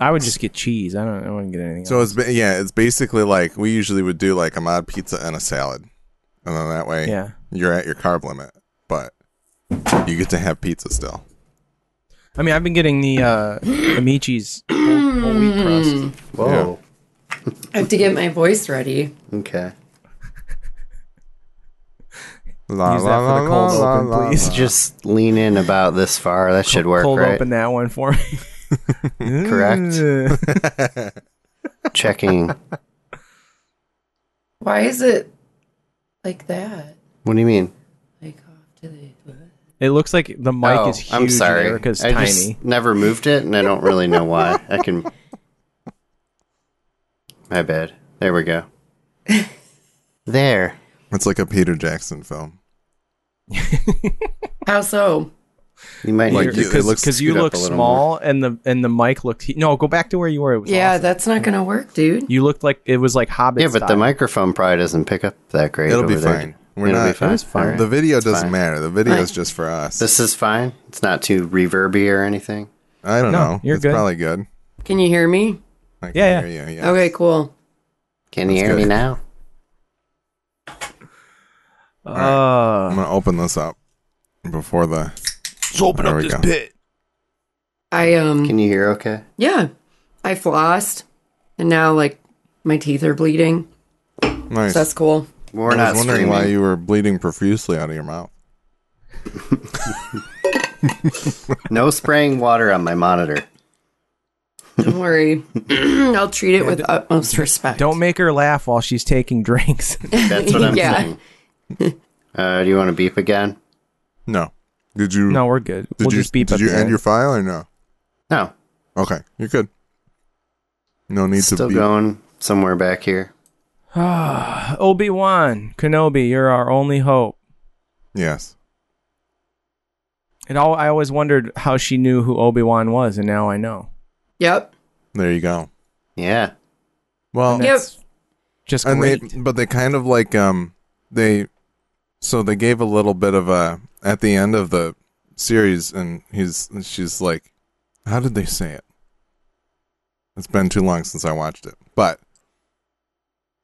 I would just get cheese. I don't. I wouldn't get anything. So else. it's ba- yeah, it's basically like we usually would do like a mod pizza and a salad, and then that way yeah. you're at your carb limit, but you get to have pizza still. I mean, I've been getting the uh, Amici's whole, whole wheat crust. Whoa. I have to get my voice ready. Okay. La, Use that for the cold open, please. Let's just lean in about this far. That should work, Cold right? open that one for me. Correct. Checking. Why is it like that? What do you mean? Like off to the. it looks like the mic Oh, is huge. I'm sorry. And Erica's I tiny. just never moved it, and I don't really know why. I can. My bad. There we go. There. It's like a Peter Jackson film. How so? You might Like, need to you- it looks Because you scoot up look a little small, and the and the mic looked. He- no, go back to where you were. It was Yeah, awesome. that's not gonna work, dude. you looked like it was like Hobbit. Yeah, but the style. microphone probably doesn't pick up that great. It'll be over there. fine. We're It'll not- be fine. It's fine. Alright. The video doesn't matter. The video is Right. just for us. This is fine. It's not too reverby or anything. I don't No, know. you're it's good. probably good. Can you hear me? I can Yeah, yeah. hear you, yeah. Okay, cool. Can That's you hear me good. now? I'm Uh, gonna open this up before the. let's open There we go. pit. I um Can you hear okay? yeah, I flossed, and now like my teeth are bleeding. Nice. So that's cool. We're I not was wondering streaming. why you were bleeding profusely out of your mouth. No spraying water on my monitor. Don't worry, I'll treat it with utmost respect. Don't make her laugh while she's taking drinks. That's what I'm Yeah. saying. Uh, do you want to beep again? No. Did you? no, we're good. Did we'll you? just beep did up you the end end. your file or no? No. Okay, you're good. No need to Still be. going somewhere back here. Obi Wan Kenobi, you're our only hope. Yes. And all, I always wondered how she knew who Obi Wan was, and now I know. Yep. There you go. Yeah. Well, Yep. Just and they great. but they kind of like um they so they gave a little bit of a at the end of the series and he's she's like how did they say it it's been too long since i watched it but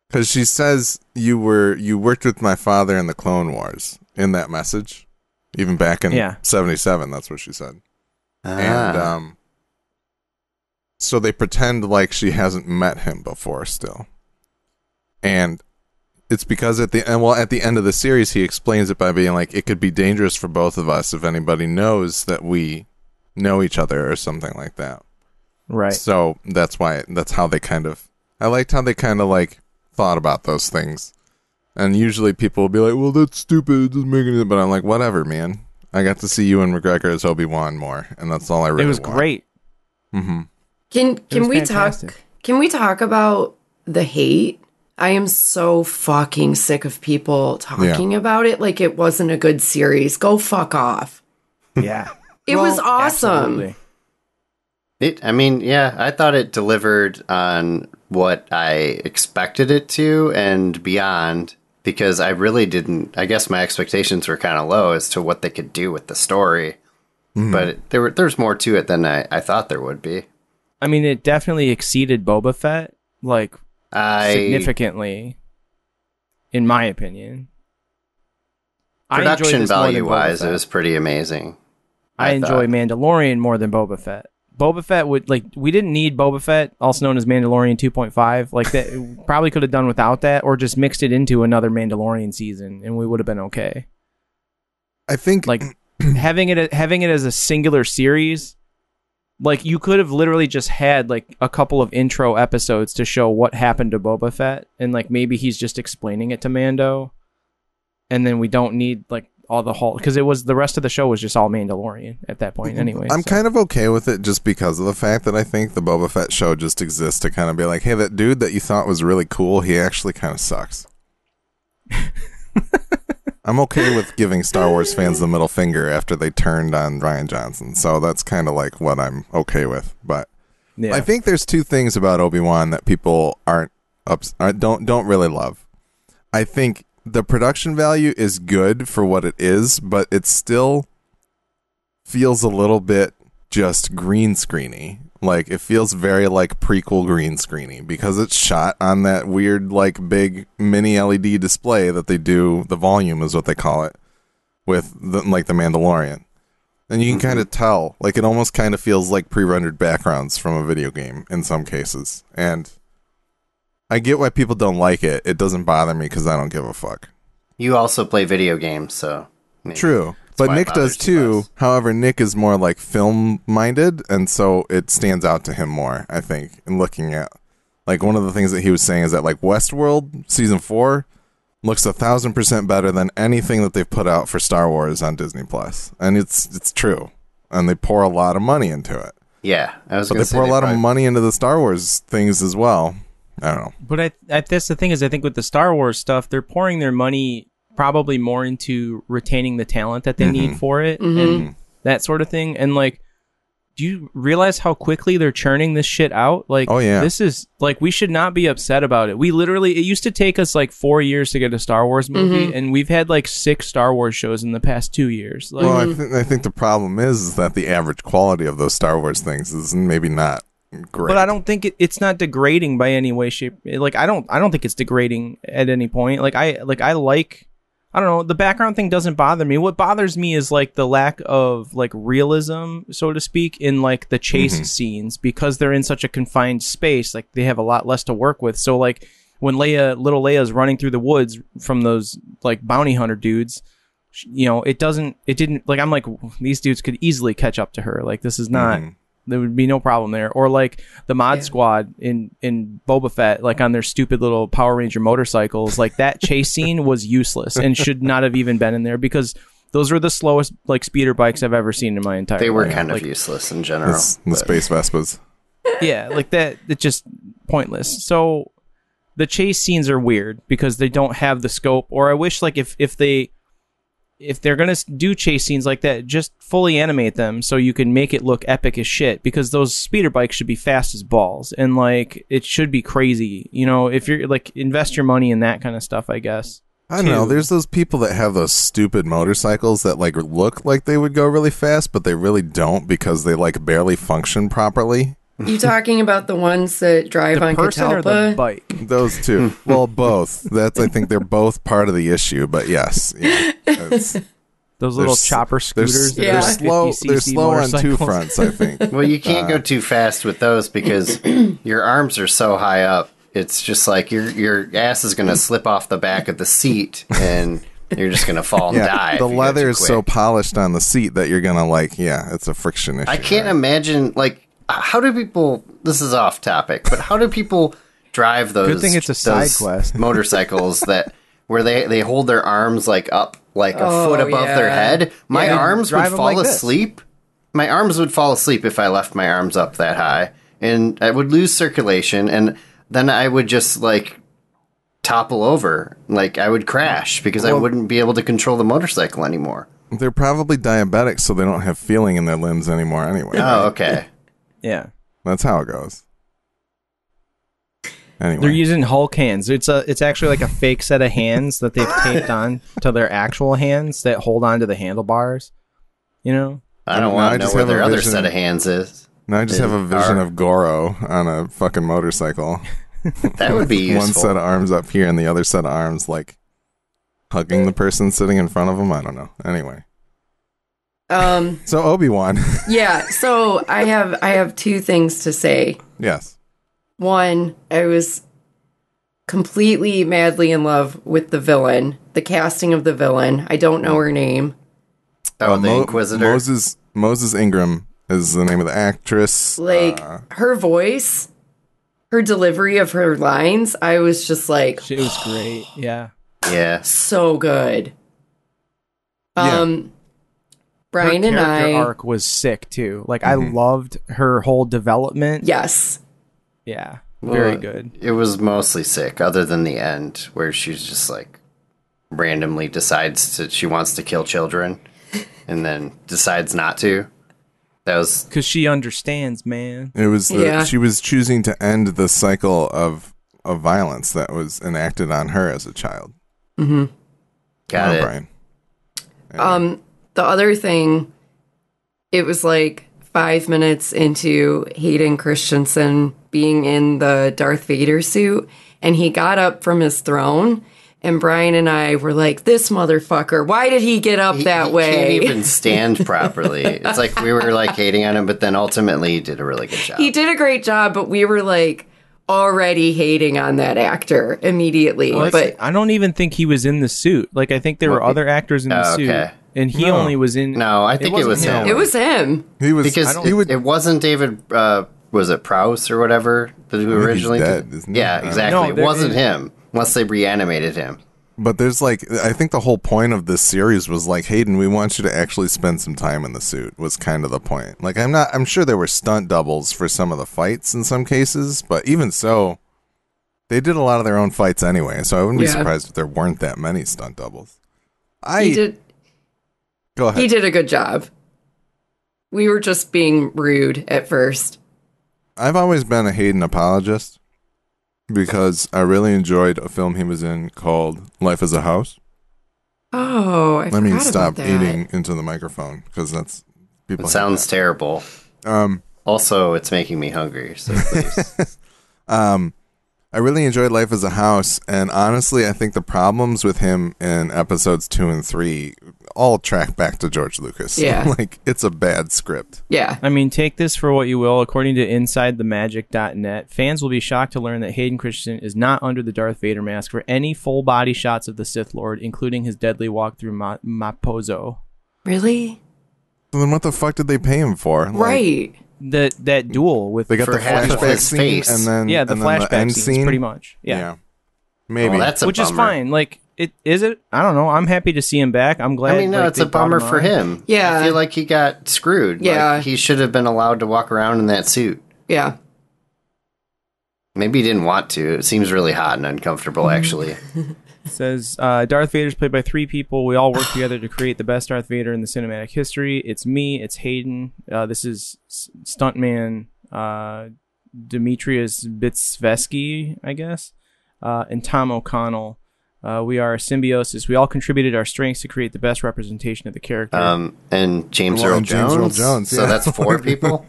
because she says you were you worked with my father in the clone wars in that message even back in Yeah. 77 that's what she said and Ah. um so they pretend like she hasn't met him before still and it's because at the end well at the end of the series he explains it by being like it could be dangerous for both of us if anybody knows that we know each other or something like that right. so that's why that's how they kind of i liked how they kind of like thought about those things and usually people will be like well that's stupid it doesn't make anything but i'm like whatever man i got to see you and mcgregor as obi-wan more and that's all i really it was great. hmm Can can was we fantastic. talk? Can we talk about the hate? I am so fucking sick of people talking about it like it wasn't a good series. Go fuck off. Yeah. It was awesome. Absolutely. It, I mean, yeah, I thought it delivered on what I expected it to and beyond because I really didn't. I guess my expectations were kind of low as to what they could do with the story, Hmm. but it, there were there's more to it than I, I thought there would be. I mean, it definitely exceeded Boba Fett, like, I significantly, in my opinion. I enjoyed production this more than value wise, Boba it Fett. was pretty amazing. I, I enjoy thought. Mandalorian more than Boba Fett. Boba Fett would like we didn't need Boba Fett, also known as Mandalorian 2.5. Like that probably could have done without that, or just mixed it into another Mandalorian season, and we would have been okay. I think Like having it having it as a singular series, like you could have literally just had like a couple of intro episodes to show what happened to Boba Fett, and like maybe he's just explaining it to Mando, and then we don't need like all the whole because it was the rest of the show was just all Mandalorian at that point Mm-hmm. anyway. I'm so. kind of okay with it just because of the fact that I think the Boba Fett show just exists to kind of be like, hey, that dude that you thought was really cool, he actually kind of sucks. I'm okay with giving Star Wars fans the middle finger after they turned on Ryan Johnson. So that's kind of like what I'm okay with. But Yeah. I think there's two things about Obi Wan that people aren't ups- are, don't don't really love. I think the production value is good for what it is, but it still feels a little bit just green screeny. Like it feels very like prequel green screeny because it's shot on that weird like big mini LED display that they do. The volume is what they call it with the, like the Mandalorian, and you can kind Mm-hmm. of tell. Like it almost kind of feels like pre-rendered backgrounds from a video game in some cases. And I get why people don't like it. It doesn't bother me because I don't give a fuck. You also play video games, so maybe. True. why But it Nick does bothers you too. less. However, Nick is more like film minded, and so it stands out to him more, I think, in looking at. Like, one of the things that he was saying is that, like, Westworld season four looks a thousand percent better than anything that they've put out for Star Wars on Disney Plus. And it's it's true. And they pour a lot of money into it. Yeah, I was. But gonna they say pour a lot of probably- money into the Star Wars things as well. I don't know. But I, I that's the thing is I think with the Star Wars stuff, they're pouring their money probably more into retaining the talent that they Mm-hmm. need for it and that sort of thing. And like, do you realize how quickly they're churning this shit out? Like, Oh, yeah. this is like we should not be upset about it. We literally it used to take us like four years to get a Star Wars movie, and we've had like six Star Wars shows in the past two years. Like, mm. Well, I, th- I think the problem is, is that the average quality of those Star Wars things is maybe not great. But I don't think it, it's not degrading by any way, shape. Like I don't, I don't think it's degrading at any point. Like I, like I like, I don't know. The background thing doesn't bother me. What bothers me is like the lack of like realism, so to speak, in like the chase scenes because they're in such a confined space. Like they have a lot less to work with. So like when Leia, little Leia's running through the woods from those like bounty hunter dudes. sh- You know, it doesn't. It didn't. Like, I'm like, these dudes could easily catch up to her. Like, this is not Mm-hmm. there would be no problem there. Or like the mod squad in in Boba Fett, like on their stupid little Power Ranger motorcycles, like that chase scene was useless and should not have even been in there because those were the slowest like speeder bikes I've ever seen in my entire. They were life. kind of Like, useless in general. It's the space Vespas. yeah, like that. It's just pointless. So the chase scenes are weird because they don't have the scope. Or I wish like if if they if they're gonna s- do chase scenes like that, just fully animate them so you can make it look epic as shit. Because those speeder bikes should be fast as balls, and like it should be crazy. You know, if you're like invest your money in that kind of stuff, I guess. I don't know. Two. There's those people that have those stupid motorcycles that like look like they would go really fast, but they really don't because they like barely function properly. You talking about the ones that drive The on person or Catalpa? the bike? Those two. well, both. That's I think they're both part of the issue. But yes, yeah. It's- Those little s- chopper they're, scooters. that they're are Yeah. like slow. 50 They're cc slow on two motorcycles. fronts. I think. well, you can't uh, go too fast with those because your arms are so high up. It's just like your your ass is gonna slip off the back of the seat, and you're just gonna fall and die. if the you go leather too is so quick. polished on the seat that you're gonna like. Yeah, it's a friction issue. I can't right? imagine like how do people this is off topic, but how do people drive those thing it's a side those quest. motorcycles that where they they hold their arms like up like a Oh, foot above their yeah. head. My Yeah, arms would drive 'em fall like this. asleep. My arms would fall asleep if I left my arms up that high and I would lose circulation and then I would just like topple over. Like I would crash because I wouldn't be able to control the motorcycle anymore. They're probably diabetic, so they don't have feeling in their limbs anymore. Anyway, Oh, okay. Yeah. that's how it goes. Anyway, They're using Hulk hands. It's a it's actually like a fake set of hands that they've taped on to their actual hands that hold on to the handlebars. You know? I don't No, I want to know just where have a their other vision. set of hands is. Now I just They have a vision are- of Goro on a fucking motorcycle. That would be useful. One set of arms up here and the other set of arms like hugging the person sitting in front of him. I don't know. Anyway. Um, So Obi Wan. yeah so i have i have two things to say yes. one i was completely madly in love with the villain the casting of the villain i don't know her name oh, Uh, the Mo- Inquisitor. Moses Moses Ingram is the name of the actress. like her voice her delivery of her lines i was just like It was great. Yeah. yeah. so good Yeah. um Her brian and character i arc was sick too. Like I loved her whole development. yes Yeah. Very Well, good. It was mostly sick, other than the end where she's just like randomly decides that she wants to kill children and then decides not to. That was Cause she understands, man. It was the, Yeah. she was choosing to end the cycle of of violence that was enacted on her as a child. Oh, got it. Brian. Um, the other thing, it was like five minutes into Hayden Christensen being in the Darth Vader suit, and he got up from his throne. And Brian and I were like, "This motherfucker! Why did he get up He- that he way?" can't even stand properly. it's like we were like hating on him, but then ultimately he did a really good job. he did a great job, but we were like already hating on that actor immediately. but I don't even think he was in the suit. Like I think there were other actors in the Oh, suit, okay. and he No. only was in. No, I think it, wasn't was him. him. it was him. He was because he it, would it wasn't David. Uh, was it Prowse or whatever that we he's originally? dead, isn't he? I yeah, don't know. No, exactly. it there- wasn't it- him unless they reanimated him. But there's like, I think the whole point of this series was like, Hayden, we want you to actually spend some time in the suit, was kind of the point. Like, I'm not, I'm sure there were stunt doubles for some of the fights in some cases, but even so, they did a lot of their own fights anyway, so I wouldn't be Yeah. surprised if there weren't that many stunt doubles. I, He did. go ahead. He did a good job. We were just being rude at first. I've always been a Hayden apologist because I really enjoyed a film he was in called Life as a House. Oh, I, Let me forgot stop about that. eating into the microphone because that's people. It hate sounds terrible. that. um, Also, it's making me hungry. So please. Um, I really enjoyed Life as a House, and honestly, I think the problems with him in episodes two and three all track back to George Lucas. Yeah. like it's a bad script. Yeah, I mean, take this for what you will. According to InsideTheMagic.net, fans will be shocked to learn that Hayden Christensen is not under the Darth Vader mask for any full body shots of the Sith Lord, including his deadly walk through Ma- Mapozo. really? So then, what the fuck did they pay him for? Like, right. That that duel with They got For the half of flashback his scene, face. and then yeah the and then flashback end scenes pretty much yeah, maybe Well, Oh, that's a which is bummer. fine. Like it is it? I don't know. I'm happy to see him back. I'm glad. I mean, no, like, it's they a brought bummer him for on. him. Yeah. I feel like he got screwed. Like, Yeah. he should have been allowed to walk around in that suit. Yeah. Maybe he didn't want to. It seems really hot and uncomfortable, Mm-hmm. actually. Says uh, Darth Vader's played by three people. We all work together to create the best Darth Vader in the cinematic history. It's me. It's Hayden. Uh, this is s- stuntman uh, Demetrius Bitsvesky, I guess, uh, and Tom O'Connell. Uh, we are a symbiosis. We all contributed our strengths to create the best representation of the character. Um, and James Well, Earl and Jones. James Earl Jones, So yeah. that's four people.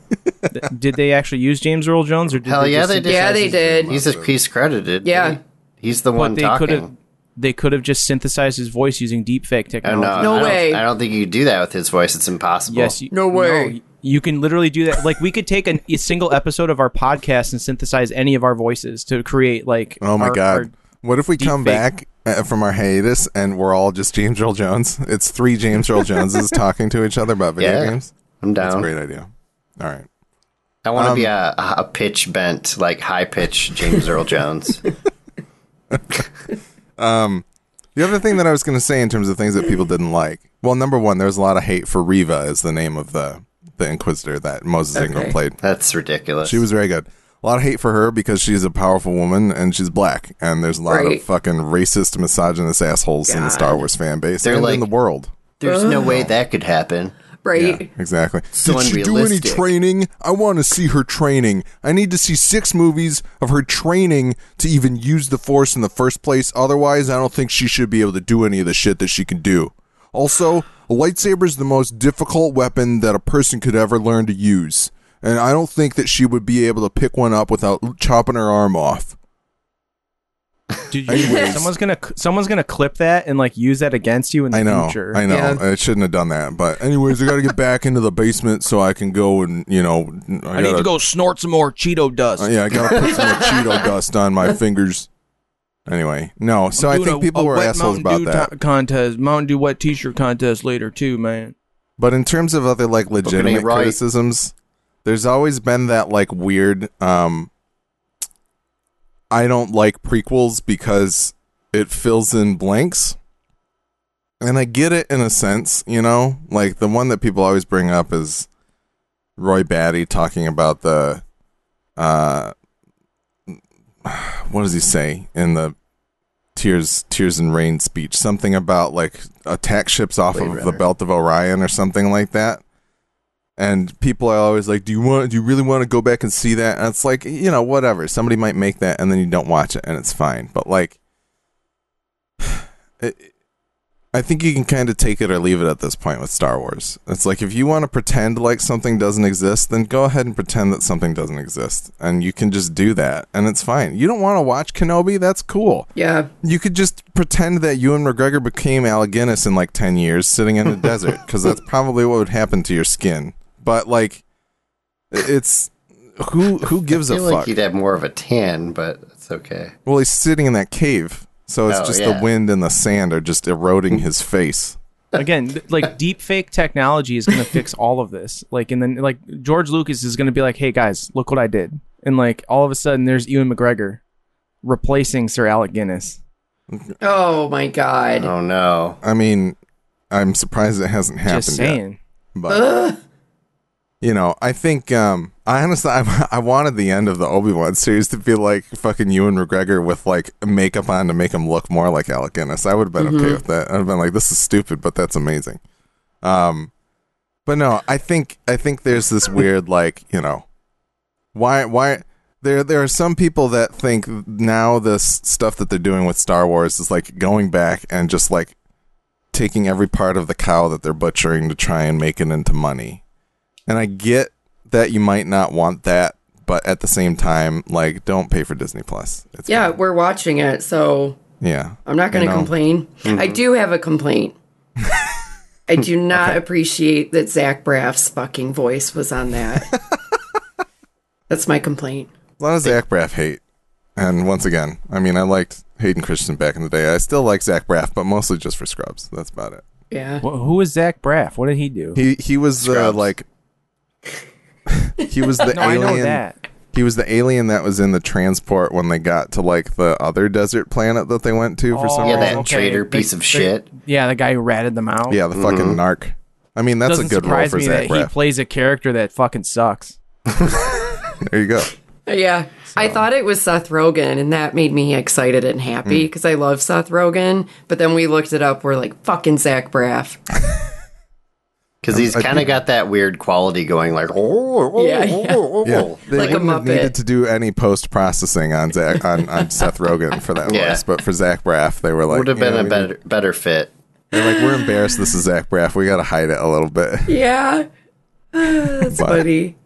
Th- did they actually use James Earl Jones, or did Hell they yeah, just they did. Yeah, they did. He's a, he's credited. Yeah. he's the one but they could have talking. they could have just synthesized his voice using deepfake Oh, technology. no, No I don't- way. I don't think you could do that with his voice. It's impossible. Yes, you, No way. you can literally do that. Like we could take an, a single episode of our podcast and synthesize any of our voices to create like. Oh my our- god! our- what if we come deepfake. back uh, from our hiatus and we're all just James Earl Jones? It's three James Earl Joneses talking to each other about video Yeah. Oh. games. I'm That's a down. great Um, idea. All right. I want to be a, a pitch bent, like high pitched James Earl Jones. The other thing that I was going to say in terms of things that people didn't like, well, number one, there was a lot of hate for Riva, is the name of the the Inquisitor that Moses Ingram played. That's ridiculous. She was very good. A lot of hate for her because she's a powerful woman and she's black, and there's a lot Right. of fucking racist, misogynist assholes in the Star Wars fan base They're and like- in the world. There's no Oh. way that could happen. Right. Exactly. So Did she do any unrealistic. training? I want to see her training. I need to see six movies of her training to even use the force in the first place. Otherwise, I don't think she should be able to do any of the shit that she can do. Also, a lightsaber is the most difficult weapon that a person could ever learn to use. And I don't think that she would be able to pick one up without chopping her arm off. Did you, Anyways. someone's gonna someone's gonna clip that and like use that against you in the I know. future. I know. Yeah. I shouldn't have done that. But anyways, I got to get back into the basement so I can go and, you know, I, I need gotta- to go snort some more Cheeto dust. Uh, yeah, I gotta put some more Cheeto dust on my fingers. Anyway, no. So I Doing think a- people a were wet assholes Mountain about Dew that. ti- contest, Mountain Dew wet T-shirt contest later too, man. But in terms of other like it ain't legitimate right. criticisms, there's always been that like weird. um I don't like prequels because it fills in blanks. And I get it in a sense, you know? Like the one that people always bring up is Roy Batty talking about the uh what does he say in the Tears Tears and Rain speech? Something about like attack ships off Blade of the Runner. belt of Orion or something like that. And people are always like, Do you want do you really want to go back and see that? And it's like, you know, whatever. Somebody might make that and then you don't watch it and it's fine. But like it, I think you can kind of take it or leave it at this point with Star Wars. It's like if you want to pretend like something doesn't exist, then go ahead and pretend that something doesn't exist, and you can just do that, and it's fine. You don't want to watch Kenobi? That's cool. Yeah. You could just pretend that you and McGregor became Al Guinness in like 10 years sitting in a desert because that's probably what would happen to your skin. But like, i- it's who who gives I a feel like fuck? he'd have more of a tan, but it's okay. Well, he's sitting in that cave, so it's Oh, just yeah. the wind and the sand are just eroding his face. Again, th- like deep fake technology is going to fix all of this. Like, and then like George Lucas is going to be like, "Hey guys, look what I did," and like all of a sudden there's Ewan McGregor replacing Sir Alec Guinness. Oh my god. Oh no. I mean, I'm surprised it hasn't happened Just yet. saying. But you know, I think um, I honestly I, I wanted the end of the Obi Wan series to be like fucking Ewan McGregor with like makeup on to make him look more like Alec Guinness. I would have been Mm-hmm. okay with that. I'd have been like, this is stupid, but that's amazing. Um, but no, I think I think there's this weird like you know, why why there there are some people that think now this stuff that they're doing with Star Wars is like going back and just like taking every part of the cow that they're butchering to try and make it into money. And I get that you might not want that, but at the same time, like don't pay for Disney Plus. It's Yeah, we're watching it, so yeah. I'm not going I to know. Mm-hmm. complain. I do have a complaint. I do not appreciate that Zach Braff's fucking voice was on that. That's my complaint. A lot of Zach Braff hate. And once again, I mean, I liked Hayden Christensen back in the day. I still like Zach Braff, but mostly just for Scrubs. That's about it. Yeah. Wh- who is Zach Braff? What did he do? He he was uh, Scrubs. like he was the no, I alien. know that. He was the alien that was in the transport when they got to like the other desert planet that they went to for Oh. some Yeah, reason. that traitor piece of shit. Yeah, the guy who ratted them out. Yeah, the fucking narc. I mean, that's Mm-hmm. doesn't a good role surprise for me that Zach he Braff. plays a character that fucking sucks. there you go. Uh, Yeah. I thought it was Seth Rogen, and that made me excited and happy Mm. because I love Seth Rogen. But then we looked it up. We're like, fucking Zach Braff. Because he's kind of got that weird quality going, like, oh, oh, Yeah, oh, yeah. oh, Yeah, oh. they Like a wouldn't have Muppet. needed to do any post processing on Zach on, on Seth Rogen for that Yeah. voice, but for Zach Braff, they were like, Would have "You know been a what I mean?" better better fit. They're like, we're embarrassed. This is Zach Braff. We got to hide it a little bit. Yeah. That's But- funny.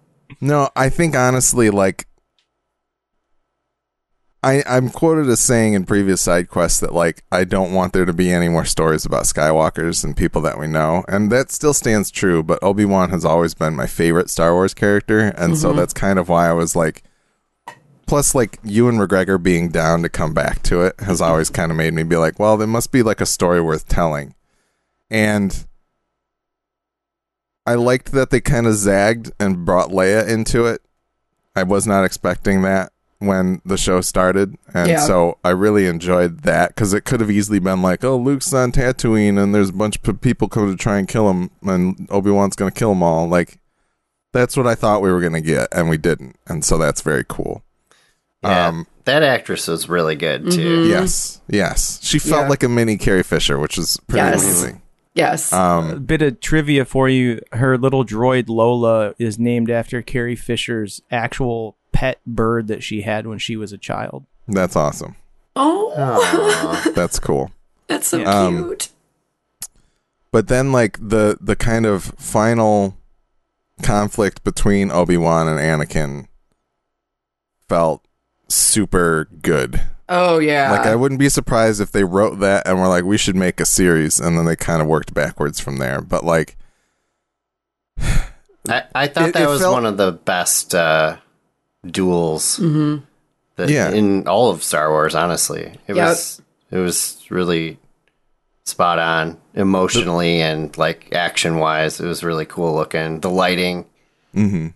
No, I think honestly, like, I I'm quoted as saying in previous side quests that like I don't want there to be any more stories about Skywalkers and people that we know, and that still stands true. But Obi Wan has always been my favorite Star Wars character, and so that's kind of why I was like. Plus, like you and McGregor being down to come back to it has always kind of made me be like, well, there must be like a story worth telling, and I liked that they kind of zagged and brought Leia into it. I was not expecting that when the show started, and Yeah. so I really enjoyed that because it could have easily been like, "Oh, Luke's on Tatooine, and there's a bunch of p- people coming to try and kill him, and Obi Wan's going to kill them all." Like, that's what I thought we were going to get, and we didn't, and so that's very cool. Yeah. Um, that actress was really good, too. Yes, yes, she felt Mm-hmm. Yeah. like a mini Carrie Fisher, which is pretty Yes. amazing. Yes. Um, A bit of trivia for you: her little droid Lola is named after Carrie Fisher's actual pet bird that she had when she was a child. that's awesome. oh, That's cool. that's so Yeah. Um, cute. but then like the the kind of final conflict between Obi-Wan and Anakin felt super good. Oh, yeah. Like I wouldn't be surprised if they wrote that and were like we should make a series and then they kind of worked backwards from there. But like I, I thought Mm-hmm. It- that it was felt- one of the best uh, duels that, Mm-hmm. Yeah. in all of Star Wars, honestly. It Yep. was it was really spot on emotionally and like action wise. It was really cool looking. The lighting. mhm.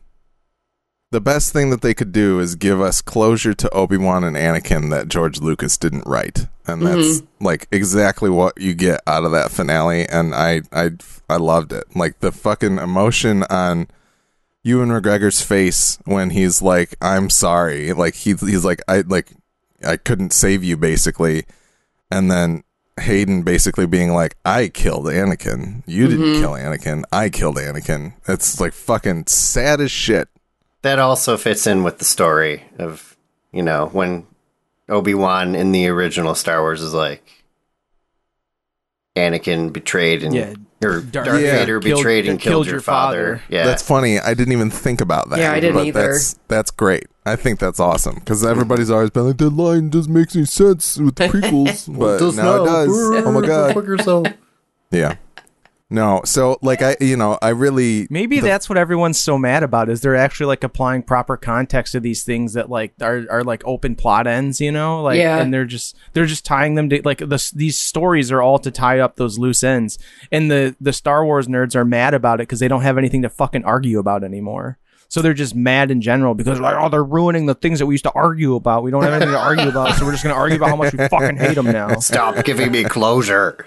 The best thing that they could do is give us closure to Obi-Wan and Anakin that George Lucas didn't write. And that's like exactly what you get out of that finale and I I I loved it. Like the fucking emotion on Ewan McGregor's face when he's like, "I'm sorry," like he's he's like, "I like, I couldn't save you," basically, and then Hayden basically being like, "I killed Anakin. You didn't kill Anakin. I killed Anakin." It's like fucking sad as shit. That also fits in with the story of you know when Obi Wan in the original Star Wars is like, Anakin betrayed and Yeah. or Darth Darth, Yeah. Vader Killed- betrayed and killed killed, your your father. father. Yeah, That's funny. I didn't even think about that. Yeah, I didn't but either. That's, that's great. I think that's awesome because everybody's always been like, that line doesn't make any sense with the prequels, but Does now it now. does. oh my god. Fuck yourself. Yeah. No, so like I, you know, I really Maybe the- that's what everyone's so mad about is they're actually like applying proper context to these things that like are, are like open plot ends, you know, like Yeah. and they're just they're just tying them to like the, s- these stories are all to tie up those loose ends, and the the Star Wars nerds are mad about it because they don't have anything to fucking argue about anymore. So they're just mad in general because they're like oh they're ruining the things that we used to argue about. We don't have anything to argue about, so we're just gonna argue about how much we fucking hate them now. Stop giving me closure.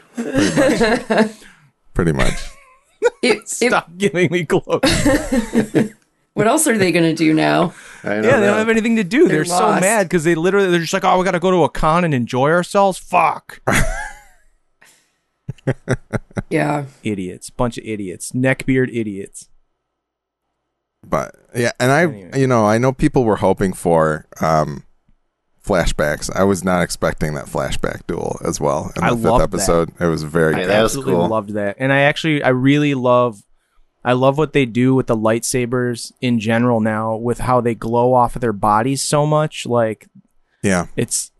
pretty much. It, it- Stop giving me close. what else are they going to do now? I don't Yeah, they know. don't have anything to do. They're, They're so lost. mad because they literally they're just like, oh, we got to go to a con and enjoy ourselves. Fuck, Yeah. idiots, bunch of idiots, neckbeard idiots. but yeah, and I, Anyway. you know, I know people were hoping for um flashbacks. I was not expecting that flashback duel as well in the I fifth loved that. episode. It was very Yeah, good. that was Absolutely cool. loved that, and I actually I really love. I love what they do with the lightsabers in general now, with how they glow off of their bodies so much. Like yeah, it's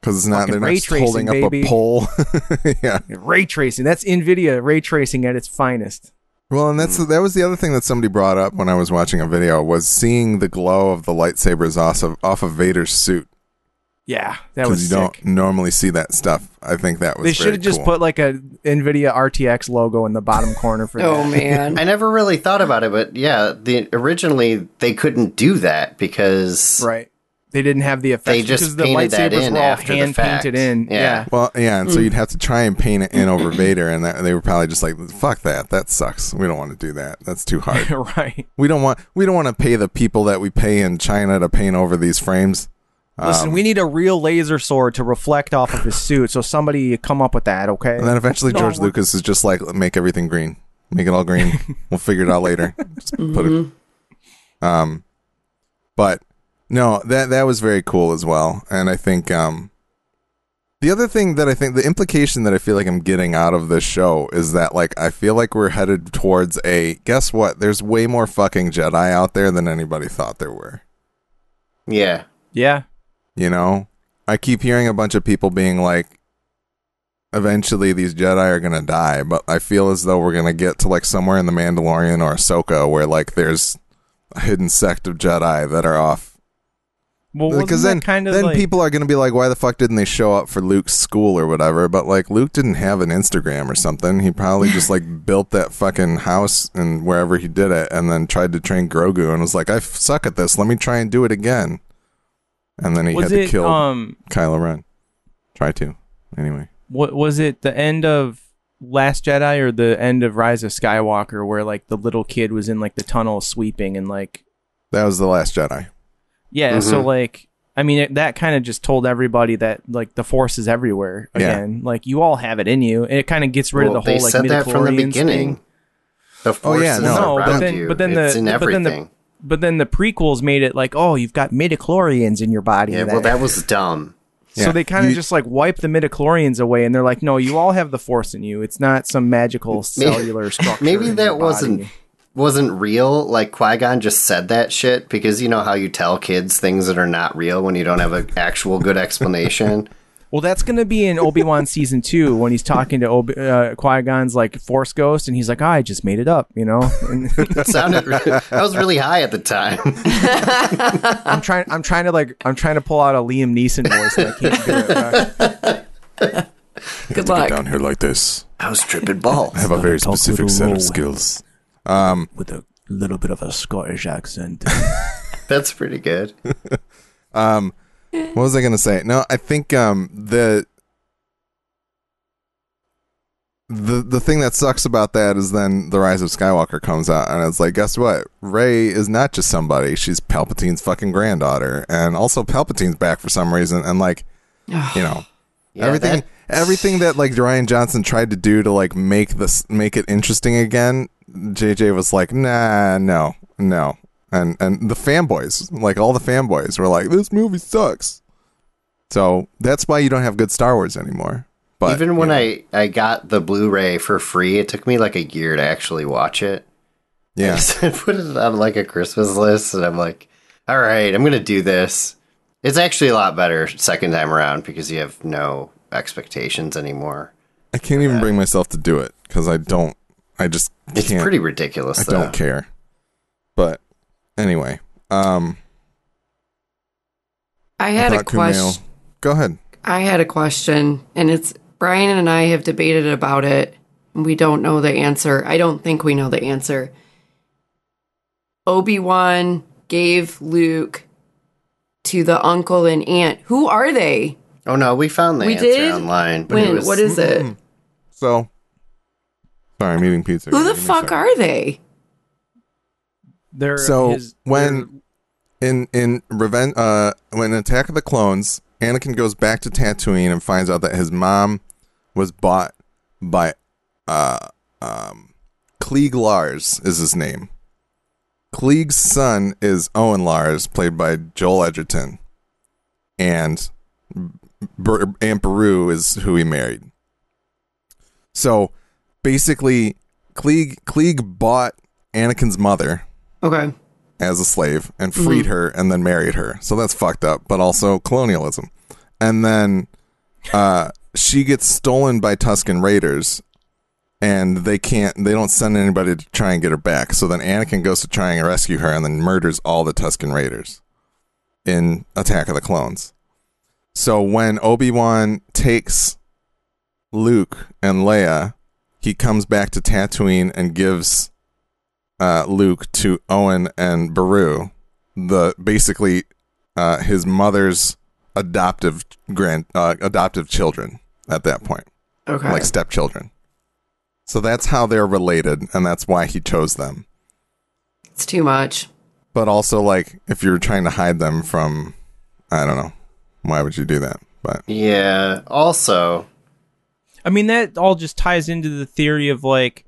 because it's not Fucking they're not ray just holding tracing, up baby. a pole. yeah, ray tracing. That's Nvidia ray tracing at its finest. Well, and that's that was the other thing that somebody brought up when I was watching a video was seeing the glow of the lightsabers off of off of Vader's suit Yeah, that because was you sick. don't normally see that stuff. I think that was they should very have just cool. put like a Nvidia RTX logo in the bottom corner for Oh that. man. I never really thought about it, but yeah, the originally they couldn't do that because Right. They didn't have the effects They just because the painted that lightsabers in were all after the hand fact. painted in. Yeah. Yeah. Well, yeah, Mm. and so you'd have to try and paint it in over Vader, and that, they were probably just like, "Fuck that! That sucks. We don't want to do that. That's too hard. right. we don't want we don't want to pay the people that we pay in China to paint over these frames." Listen, Um, we need a real laser sword to reflect off of his suit. So somebody come up with that, okay? And then eventually No, George we're- Lucas is just like, make everything green, make it all green. we'll figure it out later. Just put it. Um, but no, that that was very cool as well. And I think um, the other thing that I think the implication that I feel like I'm getting out of this show is that like I feel like we're headed towards a guess what? There's way more fucking Jedi out there than anybody thought there were. yeah, Yeah. You know, I keep hearing a bunch of people being like, eventually these Jedi are gonna die, but I feel as though we're gonna get to like somewhere in the Mandalorian or Ahsoka where like there's a hidden sect of Jedi that are off. Well, wasn't Because then, that kind of then like, people are gonna be like, why the fuck didn't they show up for Luke's school or whatever? But like Luke didn't have an Instagram or something. He probably just like built that fucking house and wherever he did it, and then tried to train Grogu and was like, I f- suck at this. Let me try and do it again. And then he was had it to kill. um Kylo Ren. Try to. Anyway. what was it the end of Last Jedi or the end of Rise of Skywalker where like the little kid was in like the tunnel sweeping and like That was the last Jedi. yeah, so Mm-hmm. like I mean it, that kind of just told everybody that like the force is everywhere Yeah. again. Like you all have it in you, and it kind of gets rid Well, of the whole they like said that from the midichlorians beginning. thing. The force Oh, yeah, is no, around but then- you. but then it's the- but then in the- everything. But then the prequels made it like, oh, you've got midichlorians in your body. yeah, well, that was dumb. so Yeah. they kind of You- just like wipe the midichlorians away, and they're like, no, you all have the force in you. It's not some magical Maybe- cellular structure. Maybe in your that body." wasn't wasn't real. Like Qui Gon just said that shit because you know how you tell kids things that are not real when you don't have an actual good explanation. Well, that's gonna be in Obi Wan season two when he's talking to Obi- uh, Qui Gon's like force ghost, and he's like, "Ah, I just made it up, you know. And It sounded. Re- I was really high at the time. I'm trying. I'm trying to like. I'm trying to pull out a Liam Neeson voice, and I can't do it. right? Good luck. Down here like this. I was tripping balls. I have a very Talk with specific a set roll. of skills. Um, With a little bit of a Scottish accent. That's pretty good. What was I gonna say? No, I think um the the the thing that sucks about that is then the rise of Skywalker comes out and it's like, guess what? Ray is not just somebody, she's Palpatine's fucking granddaughter. And also Palpatine's back for some reason and like you know Yeah, everything that- everything that like Ryan Johnson tried to do to like make this make it interesting again, JJ was like, nah, no, no. And and the fanboys, like all the fanboys were like, This movie sucks. So that's why you don't have good Star Wars anymore. But Even when yeah. I, I got the Blu-ray for free, it took me like a year to actually watch it. yeah, I put it on like a Christmas list, and I'm like, all right, I'm gonna do this. It's actually a lot better second time around because you have no expectations anymore. I can't even bring myself to do it because I don't. I just It's can't. pretty ridiculous. I though. don't care. But anyway, um, I had a Black Kumail- question. Go ahead. I had a question, and it's Brian and I have debated about it. and We don't know the answer. I don't think we know the answer. Obi Wan gave Luke to the uncle and aunt. Who are they? Oh no, we found the We answer did? online. But it When? was, What is it? So, sorry, I'm eating pizza. Who Give the me a fuck second. are they? They're So, his- when- they're- in in Reven- uh when Attack of the Clones, Anakin goes back to Tatooine and finds out that his mom was bought by uh um Klieg Lars is his name. Klieg's son is Owen Lars, played by Joel Edgerton, and Ber- Aunt Beru is who he married. So basically, Klieg Klieg bought Anakin's mother Okay. as a slave and freed her and then married her. So that's fucked up, but also colonialism. And then uh, she gets stolen by Tuscan Raiders and they can't they don't send anybody to try and get her back. So then Anakin goes to try and rescue her and then murders all the Tuscan Raiders in Attack of the Clones. So when Obi-Wan takes Luke and Leia, he comes back to Tatooine and gives uh, Luke to Owen and Baru, the basically uh, his mother's adoptive grand uh, adoptive children at that point, Okay. like stepchildren. So that's how they're related, and that's why he chose them. it's too much. But also, like, if you're trying to hide them from, I don't know, why would you do that? But Yeah. Also, I mean, that all just ties into the theory of like,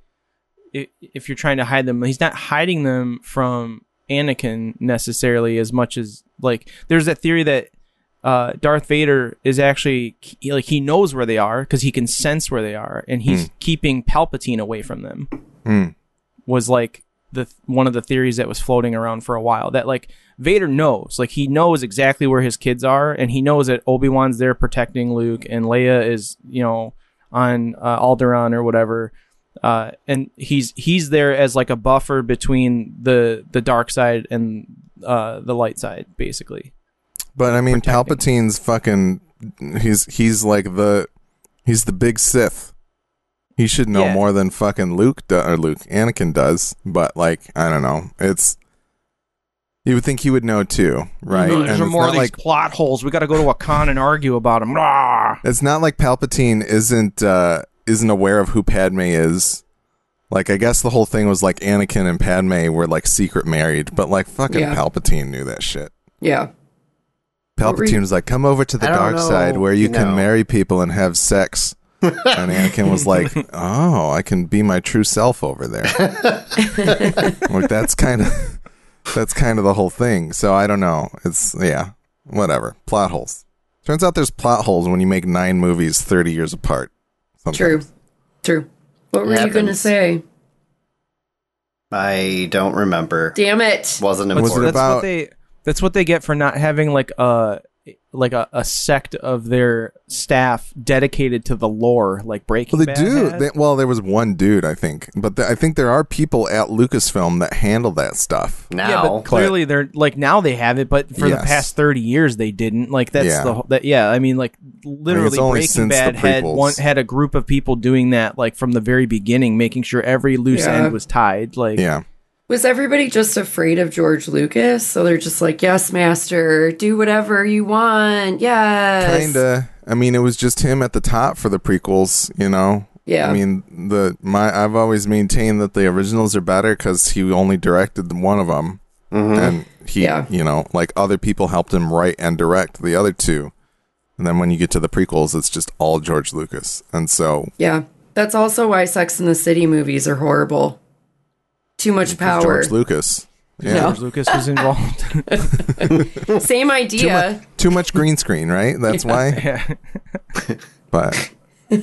i- if you're trying to hide them, he's not hiding them from Anakin necessarily as much as like. There's that theory that uh, Darth Vader is actually he- like he knows where they are because he can sense where they are, and he's keeping Palpatine away from them. Hmm. Was like the one of the theories that was floating around for a while that like Vader knows, like he knows exactly where his kids are, and he knows that Obi Wan's there protecting Luke, and Leia is you know on uh, Alderaan or whatever. Uh, and he's he's there as like a buffer between the the dark side and uh, the light side, basically. But I mean, protecting. Palpatine's fucking. He's he's like the he's the big Sith. He should know Yeah. more than fucking Luke do, or Luke Anakin does. But like, I don't know. It's you would think he would know too, right? There's and it's more of not these like plot holes. We got to go to a con and argue about them. Rah! it's not like Palpatine isn't uh isn't aware of who Padme is. Like I guess the whole thing was like Anakin and Padme were like secret married, but like fucking Yeah. Palpatine knew that shit. Yeah. What were you- Palpatine was like, "Come over to the I don't dark know, side where you, you can know." marry people and have sex." and Anakin was like, "Oh, I can be my true self over there." like that's kind of that's kind of the whole thing. So I don't know. It's yeah, whatever. Plot holes. Turns out there's plot holes when you make nine movies thirty years apart. sometimes. True. True. What were you Happens. going to say? I don't remember. Damn it. Wasn't That's, Was it important. that's about- what they that's what they get for not having like a like a, a sect of their staff dedicated to the lore, like Breaking Well, they Bad do. had. They, well, there was one dude, I think, but th- I think there are people at Lucasfilm that handle that stuff. Yeah, now, but clearly they're like now they have it, but for Yes. the past thirty years they didn't. Like that's Yeah. the whole, that yeah. I mean, like literally, only Breaking since the Bad had prequels. one had a group of people doing that like from the very beginning, making sure every loose Yeah. end was tied. Like Yeah. Was everybody just afraid of George Lucas? So they're just like, yes, master, do whatever you want. Yes. Kinda. I mean, it was just him at the top for the prequels. You know. Yeah. I mean, the my I've always maintained that the originals are better because he only directed one of them, and he, Mm-hmm. Yeah. you know, like other people helped him write and direct the other two. And then when you get to the prequels, it's just all George Lucas, and so Yeah. That's also why Sex and the City movies are horrible. Too much power. George Lucas. Yeah. George Lucas was involved. Same idea. Too much green screen, right? That's why. yeah. But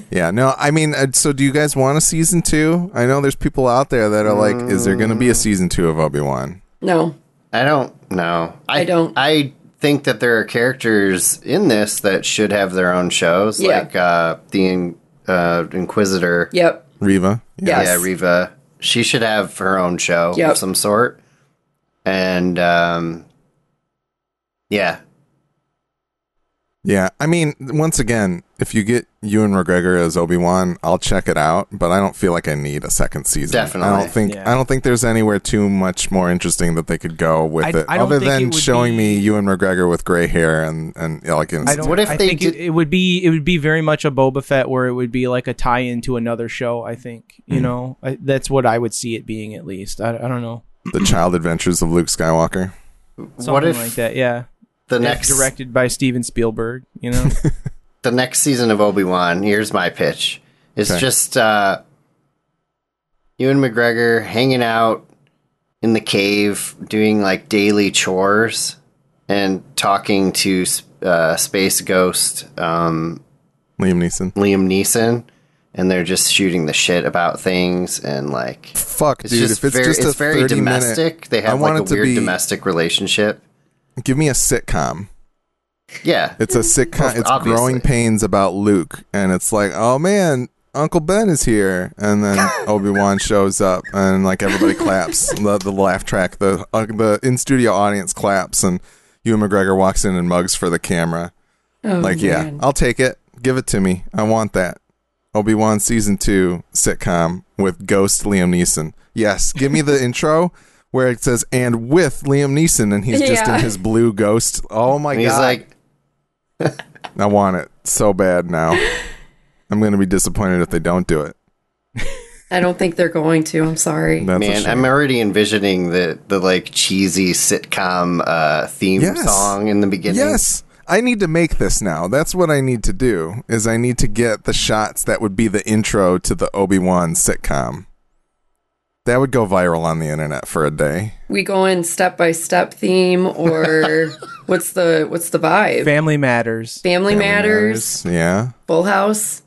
Yeah, no, I mean, uh, so do you guys want a season two? I know there's people out there that are like, is there going to be a season two of Obi Wan? No. I don't know. I, don't- I think that there are characters in this that should have their own shows, Yeah. like uh, the in, uh, Inquisitor. Yep. Riva? Yeah. Yeah, Yes. Riva. She should have her own show Yep. of some sort. And um, yeah, Yeah, I mean, once again, if you get Ewan McGregor as Obi Wan, I'll check it out. But I don't feel like I need a second season. I Definitely. don't think Yeah. I don't think there's anywhere too much more interesting that they could go with I- it, I don't other think than it would showing be- me Ewan McGregor with gray hair and and elegance. I don't. What if I they think did- it, it would be it would be very much a Boba Fett where it would be like a tie in to another show. I think you know I, that's what I would see it being at least. I, I don't know the Child Adventures of Luke Skywalker. something What if- like that. Yeah, the If next directed by Steven Spielberg. You know, the next season of Obi Wan. Here's my pitch: it's Okay. just uh, Ewan McGregor hanging out in the cave, doing like daily chores, and talking to uh, Space Ghost um, Liam Neeson. Liam Neeson, and they're just shooting the shit about things and like. Fuck, It's dude. just if it's very, just a it's very 30 minute- domestic. they I have want like a it to weird be- domestic relationship. give me a sitcom. Yeah, It's a sitcom. Well, It's obviously. growing pains about Luke, and it's like, oh man, Uncle Ben is here, and then Obi Wan shows up, and like everybody claps. the, the laugh track, the uh, the in studio audience claps, and Ewan McGregor walks in and mugs for the camera. Oh, like, yeah, man. I'll take it. Give it to me. I want that. Obi Wan season two sitcom with Ghost Liam Neeson. Yes, give me the intro. Where it says and with Liam Neeson and he's just Yeah. in his blue ghost. Oh my and god! he's like, I want it so bad now. I'm going to be disappointed if they don't do it. I don't think they're going to. I'm sorry. That's a man, shame. I'm already envisioning the the like cheesy sitcom uh, theme Yes. song in the beginning. yes, I need to make this now. That's what I need to do. Is I need to get the shots that would be the intro to the Obi Wan sitcom. That would go viral on the internet for a day. We go in step by step theme or what's the what's the vibe? Family Matters. Family, Family matters, Yeah. Full House.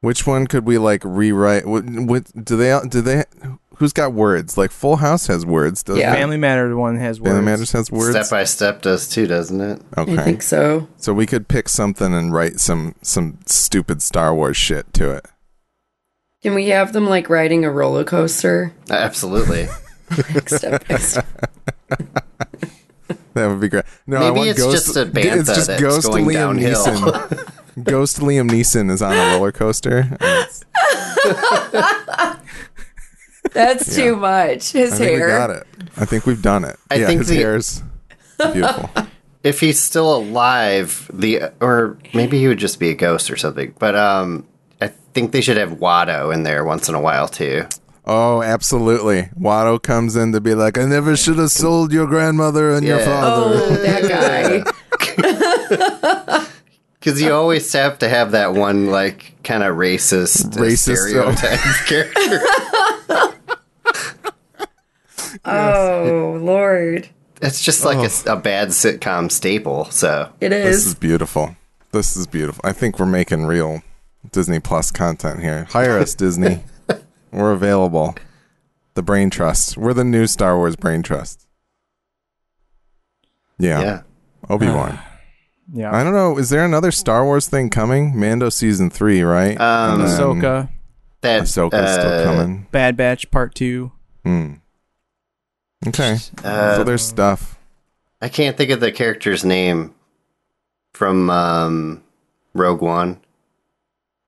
Which one could we like rewrite? What, what do they? Do they? Who's got words? Like Full House has words. Doesn't Yeah. it? Family Matters one has words. Family Matters has words. Step by step does too, doesn't it? okay. I think so. So we could pick something and write some some stupid Star Wars shit to it. Can we have them like riding a roller coaster? Uh, Absolutely. Like step by step. That would be great. No, I Maybe want it's Ghost, just a g- bantha it's just that's Ghost going Liam downhill. Neeson. Ghost Liam Neeson is on a roller coaster. and it's- That's too much. His I think we hair. got it. I think we've done it. I yeah, think his the- hair's beautiful. if he's still alive, the or maybe he would just be a ghost or something. But um, I think they should have Watto in there once in a while too. Oh, absolutely. Watto comes in to be like, I never should have sold your grandmother and your Yeah. father. Oh, that guy. Because Uh, you always have to have that one, like, kind of racist, uh, Racist, oh. stereotype character. Oh Lord. It's just like a s Oh. a a, bad sitcom staple. So, It This is is. beautiful. This is beautiful. I think we're making real Disney Plus content here. Hire us, Disney. We're available. The Brain Trust. We're the new Star Wars Brain Trust. Yeah. yeah. Obi Wan. Yeah. I don't know. Is there another Star Wars thing coming? Mando season three, right? Um, And then Ahsoka, That, Ahsoka's uh, still coming. Bad Batch Part Two. Hmm. Okay. uh, so there's stuff. I can't think of the character's name from um, Rogue One.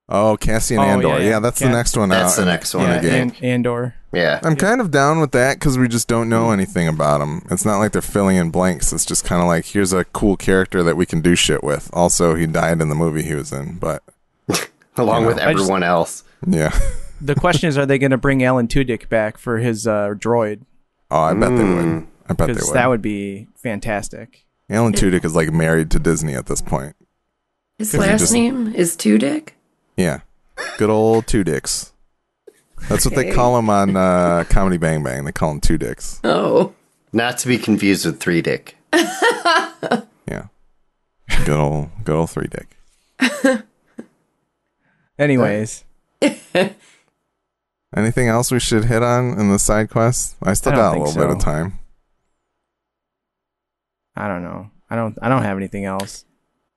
Oh, Cassian Oh, Andor. yeah, Yeah, yeah. that's Cass- the next one. That's out the in- next one, in the I game. think. and Andor. Yeah. I'm kind of down with that because we just don't know anything about them. It's not like they're filling in blanks. It's just kind of like here's a cool character that we can do shit with. Also, he died in the movie he was in, but Along with I just- everyone else. yeah. The question is, are they going to bring Alan Tudyk back for his uh, droid? Oh, I bet they would. I bet they Because would. that would be fantastic. Alan Tudyk is like married to Disney at this point. His If you last just- name is Tudyk. Yeah, good old Two Dicks. That's what they Okay. call him on uh, Comedy Bang Bang. They call him Two Dicks. Oh, Not to be confused with Three Dick. Yeah, good old good old Three Dick. Anyways, Anything else we should hit on in the side quests? I still I don't got a think little bit of so. time. I don't know. I don't. I don't have anything else.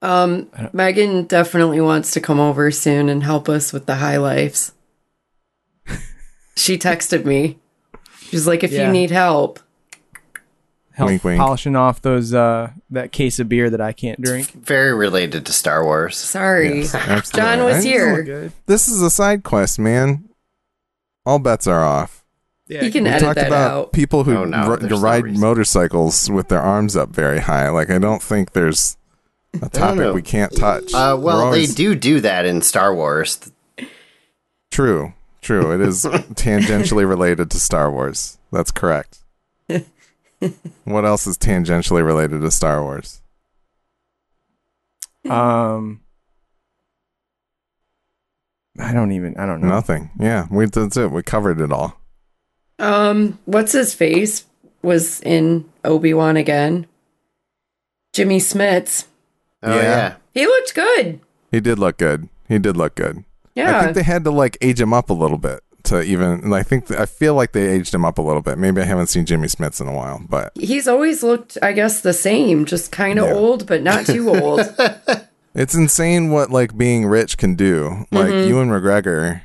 Um, Megan definitely wants to come over soon and help us with the high lives. she texted me. She's like, if Yeah. you need help, Help Wink, wink. polishing off those uh that case of beer that I can't drink. Very related to Star Wars. sorry. Yes, absolutely. John was I- here. Good. This is a side quest, man. All bets are off. Yeah. He can We edit talked that about out. people who Oh, no, ri- there's no ride reason. motorcycles with their arms up very high. Like I don't think there's a know. topic we can't touch. Uh, We're well, always- they do do that in Star Wars. True, true. It is tangentially related to Star Wars. That's correct. what else is tangentially related to Star Wars? Um. I don't even. I don't know. Nothing. Yeah, we that's it. We covered it all. Um, what's his face was in Obi Wan again. Jimmy Smits. Oh Yeah. yeah. He looked good. He did look good. He did look good. I Yeah. think they had to like age him up a little bit to even. and I think I feel like they aged him up a little bit. Maybe I haven't seen Jimmy Smits in a while, but He's always looked, I guess, the same, just kind of Yeah. old, but not too old. it's insane what like being rich can do. Like Mm-hmm. Ewan McGregor.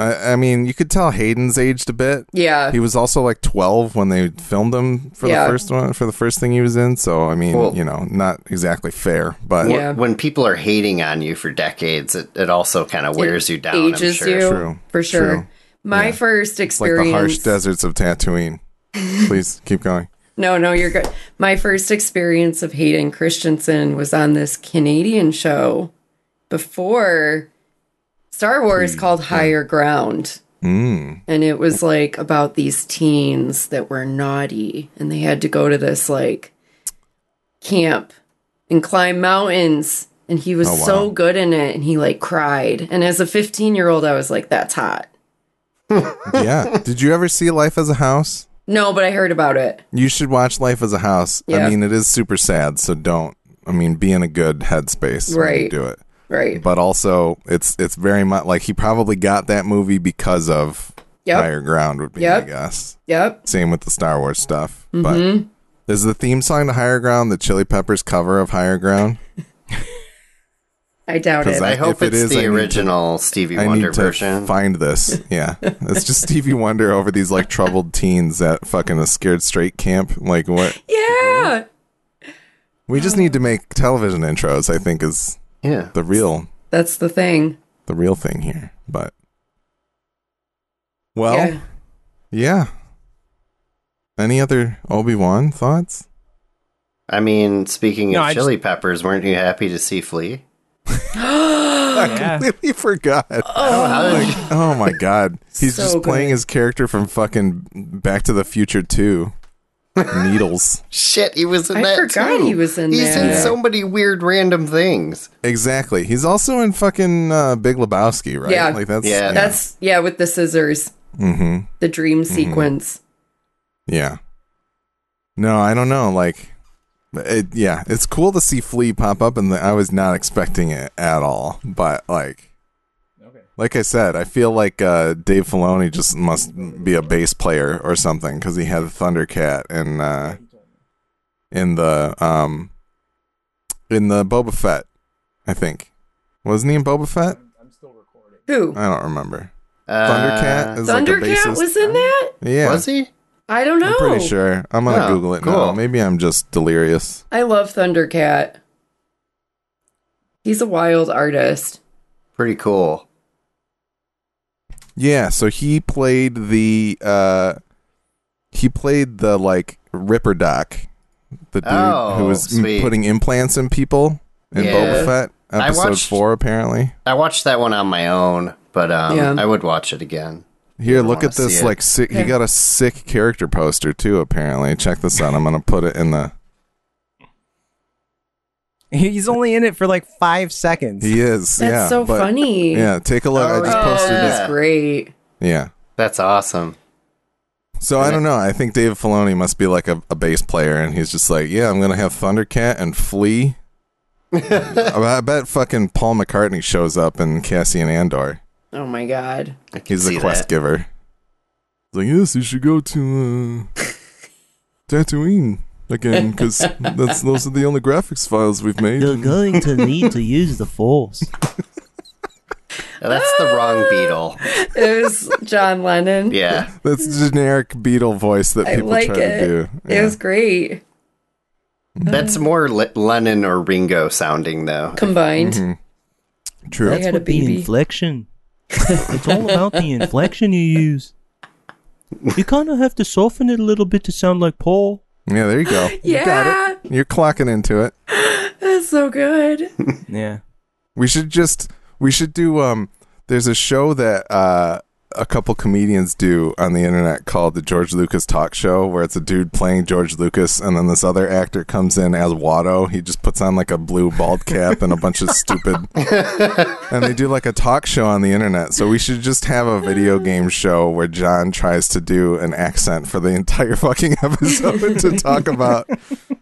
I, I mean, you could tell Hayden's aged a bit. yeah. He was also like 12 when they filmed him for Yeah. the first one, for the first thing he was in. So, I mean, Well- you know, not exactly fair, but Yeah. When people are hating on you for decades, it, it also kind of wears you down. I'm ages sure. you True. for sure. True. My first it's like the harsh experience. deserts of Tatooine. Please keep going. no, no, you're good. My first experience of Hayden Christensen was on this Canadian show before Star Wars Hmm. called Higher Ground. Mm. And it was like about these teens that were naughty and they had to go to this like camp and climb mountains. And he was Oh, so wow. good in it and he like cried. And as a 15 year old, I was like, that's hot. Yeah. Did you ever see Life as a House? No, but I heard about it. You should watch Life as a House. Yeah. I mean, it is super sad, so don't. I mean, be in a good headspace when you Right. do it. Right. But also, it's it's very much like he probably got that movie because of Yep. Higher Ground would be Yep. Mm-hmm. my guess. Yep. Same with the Star Wars stuff. But is the theme song to Higher Ground the Chili Peppers cover of Higher Ground? I doubt 'Cause it. I- I If hope it it's is, I the need to- original Stevie I Wonder need to version. find this. Yeah, it's just Stevie Wonder over these like troubled teens at fucking a scared straight camp. Like what? yeah. We just need to make television intros. I think is yeah. the real That's the thing. the real thing here. But well, yeah. yeah. Any other Obi Wan thoughts? I mean, speaking No, of I just- chili peppers, weren't you happy to see Flea? I Yeah. completely forgot. Oh, How did you- Oh my god. He's Oh, So just playing good. his character from fucking Back to the Future 2. Needles. Shit, he was in I that forgot too. he was in He's that. in so many weird random things. Exactly. He's also in fucking uh, Big Lebowski, right? Yeah. Like that's Yeah. That's, yeah, with the scissors, Mhm. the dream sequence. Yeah. No, I don't know. Like it yeah, it's cool to see Flea pop up and I was not expecting it at all, but like like I said, I feel like uh, Dave Filoni just must be a bass player or something because he had Thundercat and uh, in the um in the Boba Fett, I think. Wasn't he in Boba Fett? Who? I don't remember. Uh, Thundercat is like a Thundercat bassist. was in that? yeah, Was he? I don't know. I'm pretty sure. I'm gonna Oh, Google it now. cool. Maybe I'm just delirious. I love Thundercat. He's a wild artist. Pretty cool. Yeah, so he played the uh he played the like Ripper Doc, the dude Oh, who was m- sweet. putting implants in people in Yeah. Boba Fett I episode watched- 4 apparently. I watched that one on my own, but um, Yeah. I would watch it again. Here, I look wanna at this see it. like sick he Yeah. got a sick character poster too apparently. Check this out. I'm going to put it in the He's only in it for like five seconds. He is. That's yeah. so but- funny. Yeah, take a look. I Oh, just yeah. posted Yeah. this. That's great. Yeah. That's awesome. So I don't know. I think Dave Filoni must be like a, a bass player, and he's just like, yeah, I'm gonna have Thundercat and Flea I bet fucking Paul McCartney shows up in Cassian Andor. Oh my god. I can He's see the quest that. giver. He's like, yes, you should go to uh, Tatooine again because that's those are the only graphics files we've made. You're going to need to use the force. Oh, That's the wrong Beetle. It was John Lennon. Yeah. That's the generic Beetle voice that I people like try it. to do. It Yeah. was great. That's more Le- Lennon or Ringo sounding, though. Combined. Mm-hmm. True. They had a With the baby. inflection. it's all about the inflection you use. You kind of have to soften it a little bit to sound like Paul. Yeah, there you go. You Yeah. got it. You're clocking into it. That's so good. Yeah. We should just we should do um there's a show that uh a couple comedians do on the internet called the George Lucas Talk Show, where it's a dude playing George Lucas, and then this other actor comes in as Watto. He just puts on like a blue bald cap and a bunch of stupid, and they do like a talk show on the internet. So we should just have a video game show where John tries to do an accent for the entire fucking episode to talk about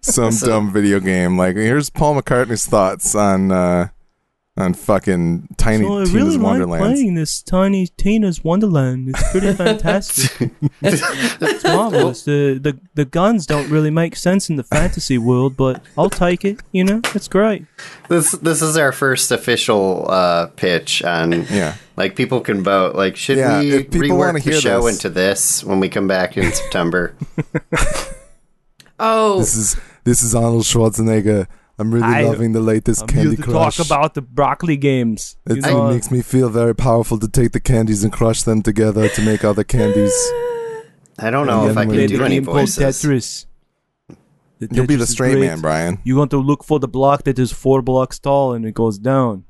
some dumb video game. Like here's Paul McCartney's thoughts on uh, on fucking Tiny so I Tina's really like Wonderlands. playing this tiny Tina's Wonderland. It's pretty fantastic. it's marvelous. The, the the guns don't really make sense in the fantasy world, but I'll take it. You know, it's great. This this is our first official uh, pitch on. Yeah. Like people can vote. Like, should Yeah, we if people wanna rework the hear show this- into this when we come back in September? Oh, This is this is Arnold Schwarzenegger. I'm really I- loving the latest I'm Candy here to Crush. talk about the broccoli games. It's- you know? it makes me feel very powerful to take the candies and crush them together to make other candies. I don't know Yeah, Oh, if I we can Play didn't the do any game called voices. Tetris. The You'll be Tetris the is straight great. man, Brian. You want to look for the block that is four blocks tall and it goes down.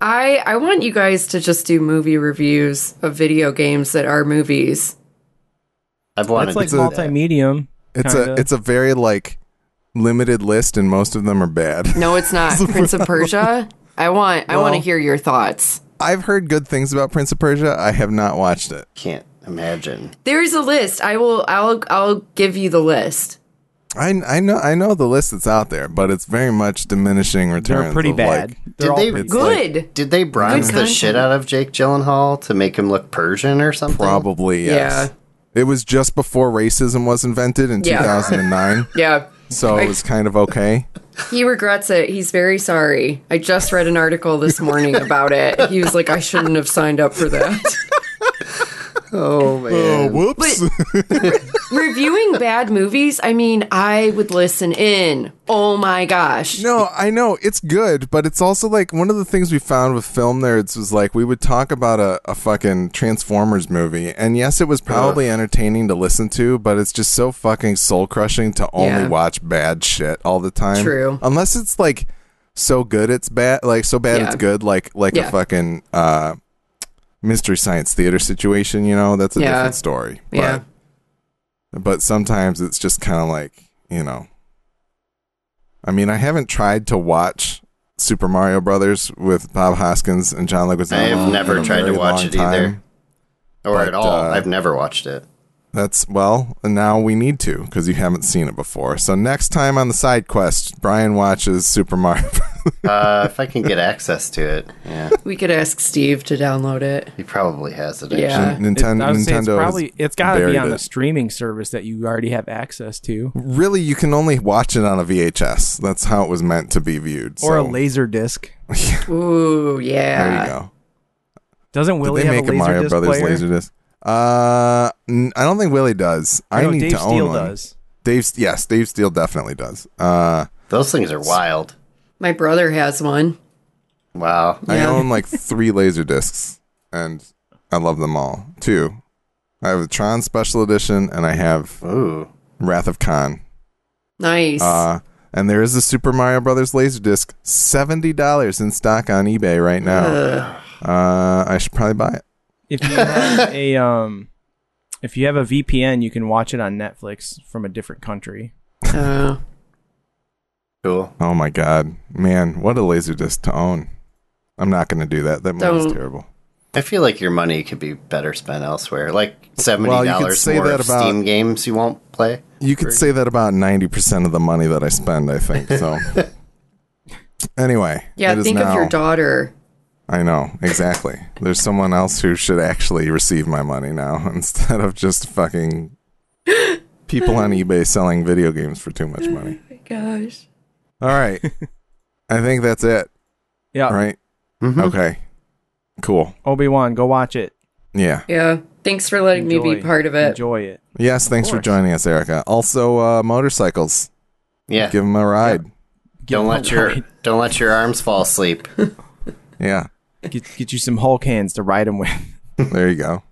I I want you guys to just do movie reviews of video games that are movies. I've wanted That's like to do that. multimedia. It's kinda. a it's a very like limited list, and most of them are bad. No, it's not Prince of Persia. I want I want to Well- hear your thoughts. I've heard good things about Prince of Persia. I have not watched it. Can't imagine. There's a list. I will I'll I'll give you the list. I, I know I know the list that's out there, but it's very much diminishing returns. They're pretty of, like- bad. They're all they- pretty It's like- Good. Did they bronze Good the content. shit out of Jake Gyllenhaal to make him look Persian or something? probably yes. It was just before racism was invented in Yeah. 2009, yeah. so it was kind of okay. He regrets it. He's very sorry. I just read an article this morning about it. He was like, I shouldn't have signed up for that. Oh man. whoops. Reviewing bad movies, I mean, I would listen in. Oh my gosh. No, I know it's good, but it's also like one of the things we found with film nerds was like we would talk about a, a fucking Transformers movie, and yes, it was probably entertaining to listen to, but it's just so fucking soul crushing to only Yeah. watch bad shit all the time. True. unless it's like so good it's bad, like so bad Yeah. it's good, like like Yeah. a fucking uh, mystery science theater situation. You know, that's a Yeah. different story. But, Yeah. but sometimes it's just kind of like you know i mean i haven't tried to watch super mario brothers with bob hoskins and john leguizamo I have never in a tried to very watch long it either. time. or But, at all. uh, I've never watched it. that's well and now we need to because you haven't seen it before so next time on the side quest brian watches super mario Uh, if I can get access to it, yeah, We could ask Steve to download it. he probably has it. Actually. Yeah. It- Ninten- I would say nintendo it's has probably it's got to be buried on it. the streaming service that you already have access to, really you can only watch it on a vhs that's how it was meant to be viewed or a so- laser disc. Ooh, there you yeah. go Doesn't Willie Did they have make a a, laser Mario disc Brothers player? laser disc? Uh, n- I don't think Willie does. I, know need Dave to own Steele one. does. Dave, yes, Dave Steele definitely does. Uh, Those things are wild. My brother has one. Wow. I Yeah. own like three laser discs, and I love them all. Two, I have a Tron Special Edition, and I have Ooh. Wrath of Khan. Nice. Uh, and there is a Super Mario Brothers laser disc, seventy dollars in stock on eBay right now. Uh, I should probably buy it. If you have a um, if you have a VPN, you can watch it on Netflix from a different country. Uh, Cool. Oh my god, man, what a laser disc to own! I'm not going to do that. That movie's Don't. terrible. I feel like your money could be better spent elsewhere. Like seventy Well, dollars you could say more that of about- Steam games you won't play. You could say that about ninety percent of the money that I spend. I think so. anyway, Yeah, it is think of your now- daughter. I know exactly. There's someone else who should actually receive my money now instead of just fucking people on eBay selling video games for too much money. Oh my gosh. All right, I think that's it. Yeah, Mm-hmm. Right? Mhm. Okay. Cool. Obi Wan, go watch it. Yeah. Yeah. Thanks for letting me be Enjoy- part of it. Enjoy it. Yes. Thanks for course. joining us, Erica. Also, uh, motorcycles. Yeah, Give them a ride. Give don't him a let your ride. don't let your arms fall asleep. Yeah. get, get you some Hulk hands to ride him with. There you go.